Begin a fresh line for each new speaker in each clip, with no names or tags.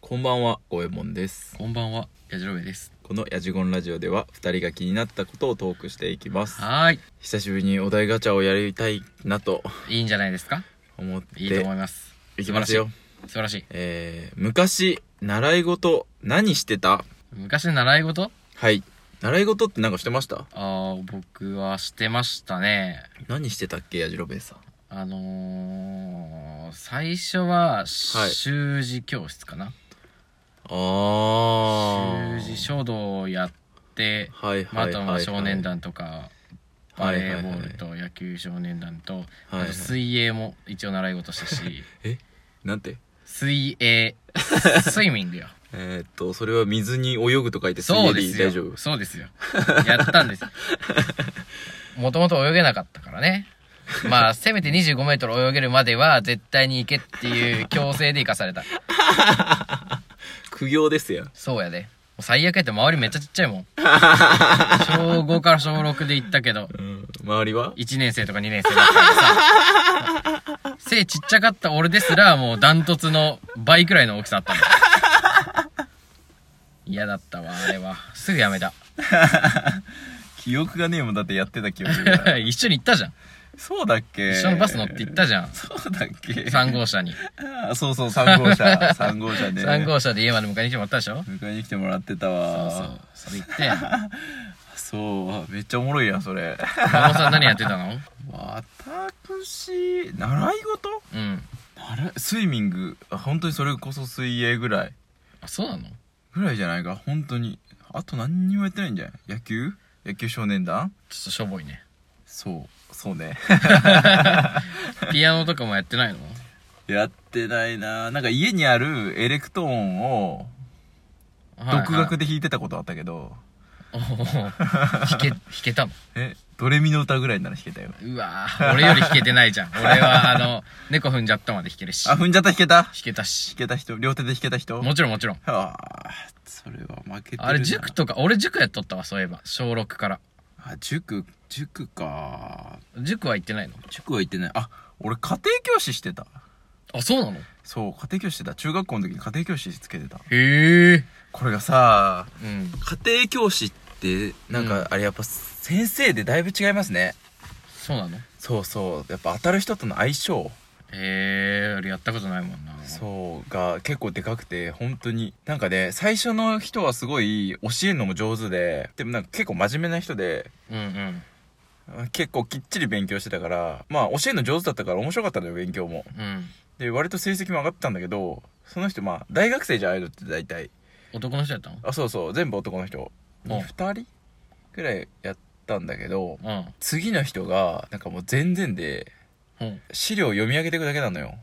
こんばんは、五右衛門です。
こんばんは、やじろべえです。
このやじごんラジオでは、二人が気になったことをトークしていきます。
はーい、
久しぶりにお題ガチャをやりたいなと
いいんじゃないですか。
思って
いいと思います。
いきますよ。
素晴らしい。
えー、昔、習い事、何してた
昔の習い事
はい。習い事ってなんかしてました
あー僕はしてましたね。
何してたっけ、やじろべえさん。
あのー、最初は、習字教室かな。
あー。
習字書道をやって、
はいはいは
まあ、あ
い、
と
はい。
は少年団とか、バレーボ
はいはい
ー
は
ル
い
と野球少年団と、
はいはい
あと水泳も一応習い事し たし、
なんて
水 泳、スイミングよ。
えー、っと、それは水に泳ぐと書いて水
そ
泳
う
で
で
いい
す
大丈夫
よ。。そうですよ。やったんです。 もともと泳げなかったからね。まあ、せめて25メートル泳げるまでは絶対に行けっていう強制で行かされた。
苦行ですやん。
そうやで。もう最悪やって周りめっちゃちっちゃいもん。小5から小6で行ったけど、
うん。周りは
1年生とか2年生だったからさ、背ちっちゃかった俺ですらもうダントツの倍くらいの大きさ あったもん。嫌だったわ、あれは。すぐやめた。
記憶がねえもんだってやってた記憶が
一緒に行ったじゃん。
そうだっけ
一緒のバス乗って行ったじゃん。
そうだっけ
3号車に。
あそうそう3号 車3号車で
3号車で家まで迎えに来てもらったでしょ
迎えに来てもらってたわ
そう。それ言って。マ
そうあめっちゃおもろいやんそれ
モさん何やってたの
私習い事
うん。
習いスイミングあ本当にそれこそ水泳ぐらい
あ、そうなの
ぐらいじゃないか本当にあと何にもやってないんじゃない野球野球少年団
ちょっとしょぼいね。
そうそうね
ピアノとかもやってないの
やってないななんか家にあるエレクトーンを独学
で。
で弾いてたことあったけど、
おお弾 け、弾けたの
えドレミの歌ぐらいなら弾けたよ
うわぁ、俺より弾けてないじゃん。俺は、あの、猫踏んじゃったまで弾けるし。
あ
弾
踏んじゃった弾けた弾
けたし。
けた人両手で弾けた人
もちろんもちろん。
ああそれは負けてるな
あれ、塾とか、俺塾やっとったわ、そういえば。小6から。
あ塾塾か
塾は行ってないの
塾は行ってないあ俺家庭教師してた
あ、そうなの
そう家庭教師してた中学校の時に家庭教師つけてた
へえ。
これがさ
うん。
家庭教師ってなん
う
かあれやっぱ先生でだいぶ違いますね、
そうなの
そうそうやっぱ当たる人との相性
へえ、俺やったことないもんな。
そうが結構でかくて本当になんかね最初の人はすごい教えるのも上手ででもなんか結構真面目な人で
うんうん
結構きっちり勉強してたからまあ教えるの上手だったから面白かったんだよ勉強も
うん
で割と成績も上がってたんだけどその人まあ大学生じゃんああいうのって大体
男の人やったの
あそうそう全部男の人
うん
に2人ぐらいやったんだけど
うん
次の人がなんかもう全然で
うん
資料を読み上げていくだけなのよ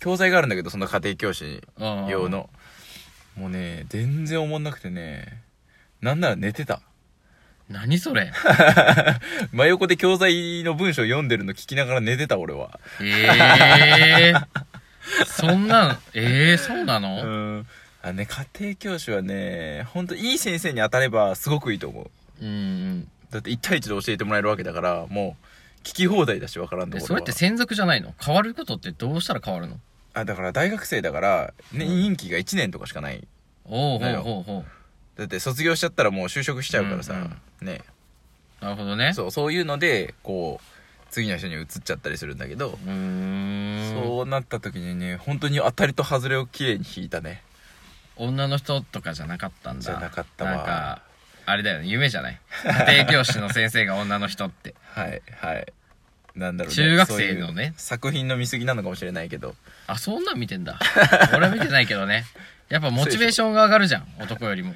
教材があるんだけどその家庭教師
あー
用のもうね全然おもんなくてねなんなら寝てた
何それ
真横で教材の文章読んでるの聞きながら寝てた俺は
ええそんなんええそうな
う
の
んあね家庭教師はねほんといい先生に当たればすごくいいと思う
うんうん
だって1対1で教えてもらえるわけだからもう聞き放題だしわからんと
え
ころ
それって専属じゃないの変わることってどうしたら変わるの
あだから大学生だから、ね、
うん
任期が1年とかしかない
おおほ
だ
う
よ
ほうほ
だって卒業しちゃったらもう就職しちゃうからさ、
うん
ね
うなるほどね
そうそういうのでこう次の人に移っちゃったりするんだけど、
うーん
そうなった時にね本当に当たりと外れをきれいに引いたね
女の人とかじゃなかったんだ
じゃなかったわ
なんかあれだよね夢じゃない家庭教師の先生が女の人って
はいはいなんだろうね
中学生の
そ
ね
ういう作品の見過ぎなのかもしれないけど
あそんなん見てんだ 俺は見てないけどねやっぱモチベーションが上がるじゃん男よりも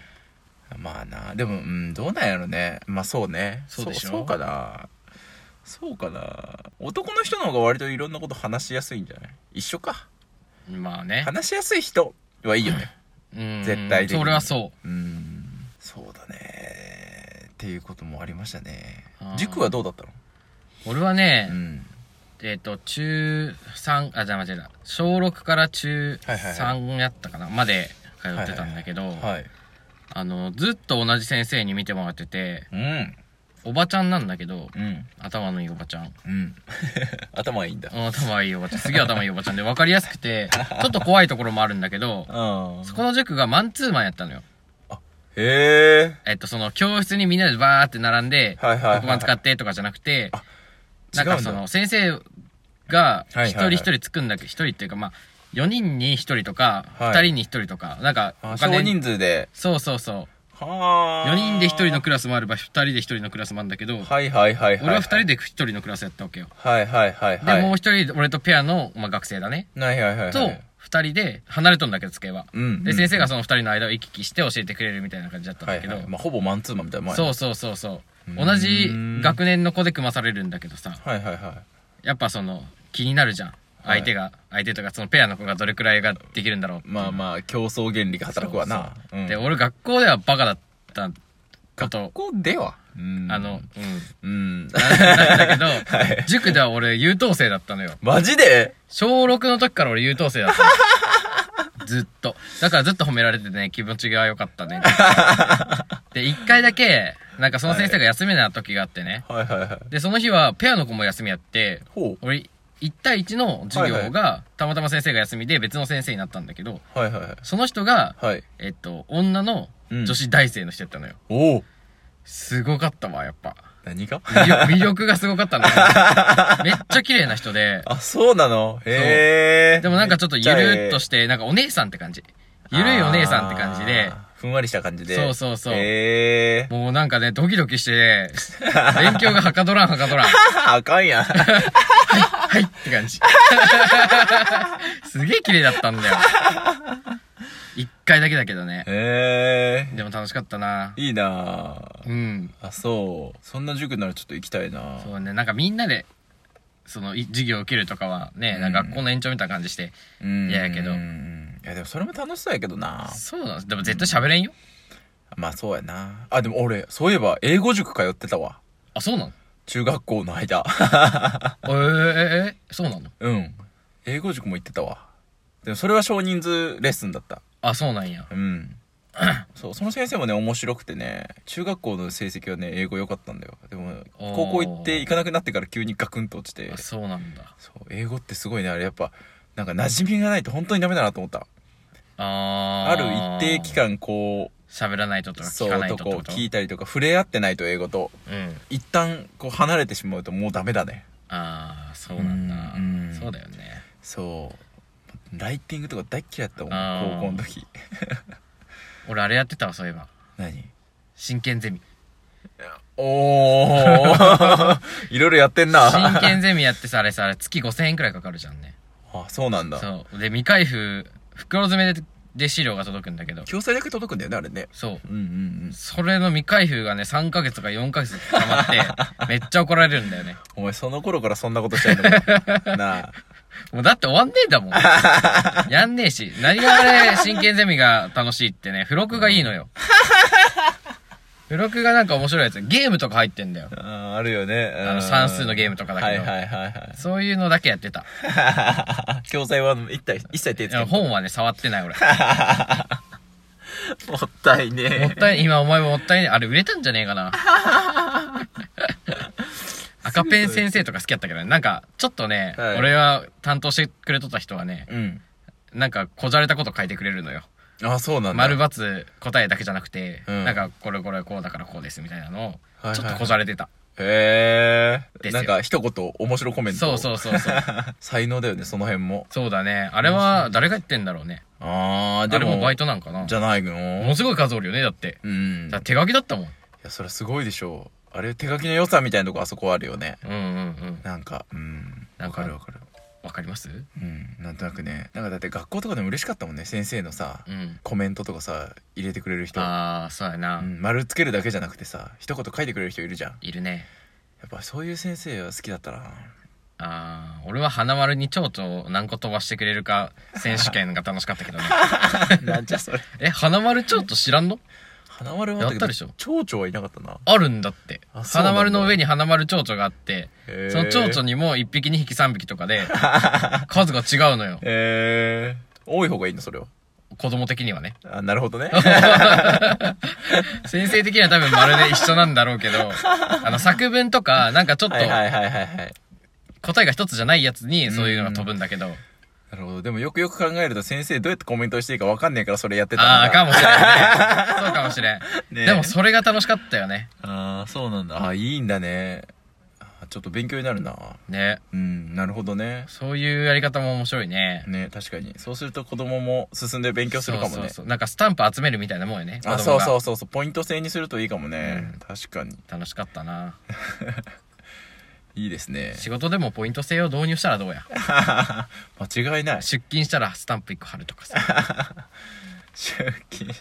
まあなでもうんどうなんやろねまあそうね
そうでしょ
そうかなそうかな男の人の方が割といろんなこと話しやすいんじゃない一緒か
まあね
話しやすい人はいいよね
うん
絶対的に
それはそう
うんそうだねっていうこともありましたね
あー
塾はどうだったの
俺はね、
うん
えっ、と、中3、あ、じゃあ間違えた。小6から中
はいはいは
3やったかな、まで通ってたんだけど、
はい
あの、ずっと同じ先生に見てもらってて、
うん
おばちゃんなんだけど、
うん。
頭のいいおばちゃん。
うん。 頭いいんだ。
頭いいおばちゃん。すげえ頭いいおばちゃんで、分かりやすくて、ちょっと怖いところもあるんだけど、
うん。
そこの塾がマンツーマンやったのよ。
へえ。
えっと、その教室にみんなでバーって並んで、
はいはいはいはい
黒板使ってとかじゃなくて、
違う
なんん
だ
かその先生が
はいはいはい
一人一人つくんだけ、一人っていうかまあ、4人に1人とか、
はい
2人に1人とか、なんかお
あ、
金
少人数で。
そうそうそう。
はあ。
4人で1人のクラスもあれば、2人で1人のクラスもあるんだけど、
はいはいはいはい。
俺は2人。で1人のクラスやったわけよ。
はいはいはい
で、
はい。
もう1人、俺とペアの、まあ、学生だね。
はいはいはいはい。
と、2人で離れとんだけど、机は。
うん。
で、先生
が
がその2人の間を行き来して教えてくれるみたいな感じだったん
は
だ
い
けど
はい。、まあ、ほぼマンツーマンみたいなもんや
そ
な
うそうそうそうう。
ーん
同じ学年の子で組まされるんだけどさ、
はいはいはい。
やっぱその、気になるじゃん。相手が、相手とかそのペアの子がどれくらいができるんだろうっていう。
まあまあ、競争原理が働くわな。うん
で、俺学校ではバカだったこ
学
と、
校では。うん
あの、、
うん。
なんだけど、
はい
塾では俺優等生だったのよ。
マジで
小6の時から俺優等生だっ たの。ずっと。だからずっと褒められてね、気持ちが良かったね。で、一回だけ、なんかその先生が休みな時があってね。
はいはいはい。
で、その日はペアの子も休みやって、
ほう。
俺、1対1の授
はい
業
は
が、たまたま先生が休みで別の先生になったんだけど、
はいはいはい。
その人が、
はい。
えっと、女の
うん
女子大生の人やったのよ。
おお。
すごかったわ、やっぱ。
何が
魅力魅力がすごかったんだけどめっちゃ綺麗な人で、
あ、そうなのへえ。
でもなんかちょっとゆるっと
し
して、なんかお姉さんって感じ。ゆるいお姉さんって感じで、。
あーふんわりした感じで。
そうそうそう
へえ。
もうなんかね、ドキドキして、勉強がはかどらんはかどらん。
あかんやん。
はいって感じ。すげえ綺麗だったんだよ。一回だけだけどね。
へえ。
でも楽しかったな。
いいなぁ
うん。
あ、そう。そんな塾ならちょっと行きたいな
そうね、なんかみんなで、その、い授業を受けるとかはね、なんか学校の延長みたいな感じして。
うん。
嫌やけど
うんいや、でもそれも楽しそうやけどな
そうなんです。でも絶対喋れんよ。
まあそうやなあ、でも俺、そういえば英語塾通ってたわ。
あ、そうなの
中学校の間。
ええええそうなの
うん。英語塾も行ってたわ。でもそれは少人数レッスンだった。
あ、そうなんや。
うん。 そう、その先生もね、面白くてね、中学校の成績はね、英語良かったんだよ。でも、
おー
高校行って行かなくなってから急にガクンと落ちて
あ、そうなんだ。
そう、英語ってすごいね、あれやっぱ、なんか馴染みがないと本当にダメだなと思った。
あー
ある一定期。間こ
喋らないとと
う、
か
そ
聞か
う、
ない
と
ととか。
こ聞いたりとか、触れ合ってないと英語と、
うん。
一旦こう離れてしまうともうダメだね。
ああ、そうなんだ。
うんうん
そうだよね。
そう。ライティングとか大っ嫌いだった
あ
もん、
ー
高校の時。
俺あれやってたわ、そういえば。
何
真剣ゼミ。
おー いろいろやってんな。
真剣ゼミやってさ、あれさ、あれ月5000円くらいかかるじゃんね。
あ、そうなんだ。
そう。で、未開封、袋詰めでで資料が届くんだけど。
共済だけ届くんだよね、あれね。
そう。
うんうんうん。
それの未開封がね、3ヶ月とか4ヶ月たまって、めっちゃ怒られるんだよね。
お前その頃からそんなことしてんの かなあ。
もうだって終わんねえんだもん。 やんねえし。何があれ、真剣ゼミが楽しいってね、付録がいいのよ。付録がなんか面白いやつ。ゲームとか入ってんだよ。
あーあるよね。
あの算数のゲームとかだけど
はいはいはいはい。
そういうのだけやってた。
教材は一体一切手
い
つけな
や
い。
本はね、触ってない俺。
もったいねえ。
もったい、今お前ももったいねえ。あれ売れたんじゃねえ かな。赤ペン先生とか好きやったけどね。なんか、ちょっとね、
はい
俺は担当してくれとった人はね、
うん。
なんか、こじゃれたこと書いてくれるのよ。
あ、そうなんだ。
丸×答えだけじゃなくて、
うん
なんか、これこれこうだからこうですみたいなの
はいは
を、
い
ちょっとこじゃれてた。
へ
で
え。
すよ
なんか一言面白コメント。
そうそうそうそう。
才能だよね、その辺も。
そうだね。あれは、誰がやってんだろうね。
あー、
あ
で
れ
も。
もバイトなんかな。
じゃないの
ものすごい数おるよね、だって。
うん。い
だって手書きだったもん。
や、それすごいでしょう。あれ、手書きの良さみたいなとこあそこあるよね。
うんうんうん。
なんか、うん。
なん
わ
か
かるわかる。
わかります
うん。なんとなくね。なんかだって学校とかでも嬉しかったもんね、先生のさ
う、ん。
コメントとかさ、入れてくれる人。
あー、そうやな。
うん、丸つけるだけじゃなくてさ一言書いてくれる人いるじゃんや
いるね。
っぱそういう先生は好きだった な
あー、俺は花丸に蝶々を何個飛ばしてくれるか選手権が楽しかったけ どね。
なんじゃそれ
え、花丸蝶々知らんの
花丸はあ
やったでしょ
蝶々はいなかったな
あるんだって。
あそうな
花
んだ
丸の上に花丸蝶々があって、
へー
その蝶々にも1匹2匹3匹とかで、数が違うのよ。
えー、多い方がいいのそれは
子供的にはね。
あなるほど ね。
先生的には多分まるで一緒なんだろう けど、あの、作文とか、なんかちょっと
はいはいはいはいはい。
答えが一つじゃないやつにそういうのが飛ぶんだけど。
なるほど。でもよくよく考えると先生どうやってコメントしていいかわかんねえからそれやってたんだ
ああ、かもしれない、 ね。そうかもしれん。
ねえ
でもそれが楽しかったよね。
ああ、そうなんだ。ああ、いいんだね。あちょっと勉強になるな。
ね。
うん、なるほどね。
そういうやり方も面白いね。
ね、確かに。そうすると子供も進んで勉強するかも
そうそう
ね。
そうなんかスタンプ集めるみたいなもんよね。
あ、
子供
そう
が
そうそうそう。ポイント制にするといいかもね。確かに。
楽しかったな。
いいですね。
仕事でもポイント制を導入したらどうや。
間違いない。
出勤したらスタンプ1個貼るとかさ。
出勤。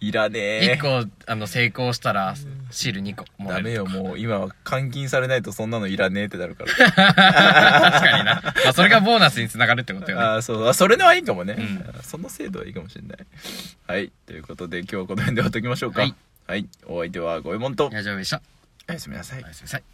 いらね
1
え。
個、あの、成功したらシール2個もら
ダ
え
メ
る。
よ、もう今は監禁されないとそんなのいらねえってなるから。
確かにな。まあ、それがボーナスにつながるってことよ ね。
ああ、そう。あそれのはいいかもね。
う
その制度はいいかもしれない。はい。ということで今日はこの辺で終わっときましょうか。
はい。
はい。お相手はごえもんと
以。上でした。
おやすみなさい
お。やすみなさい。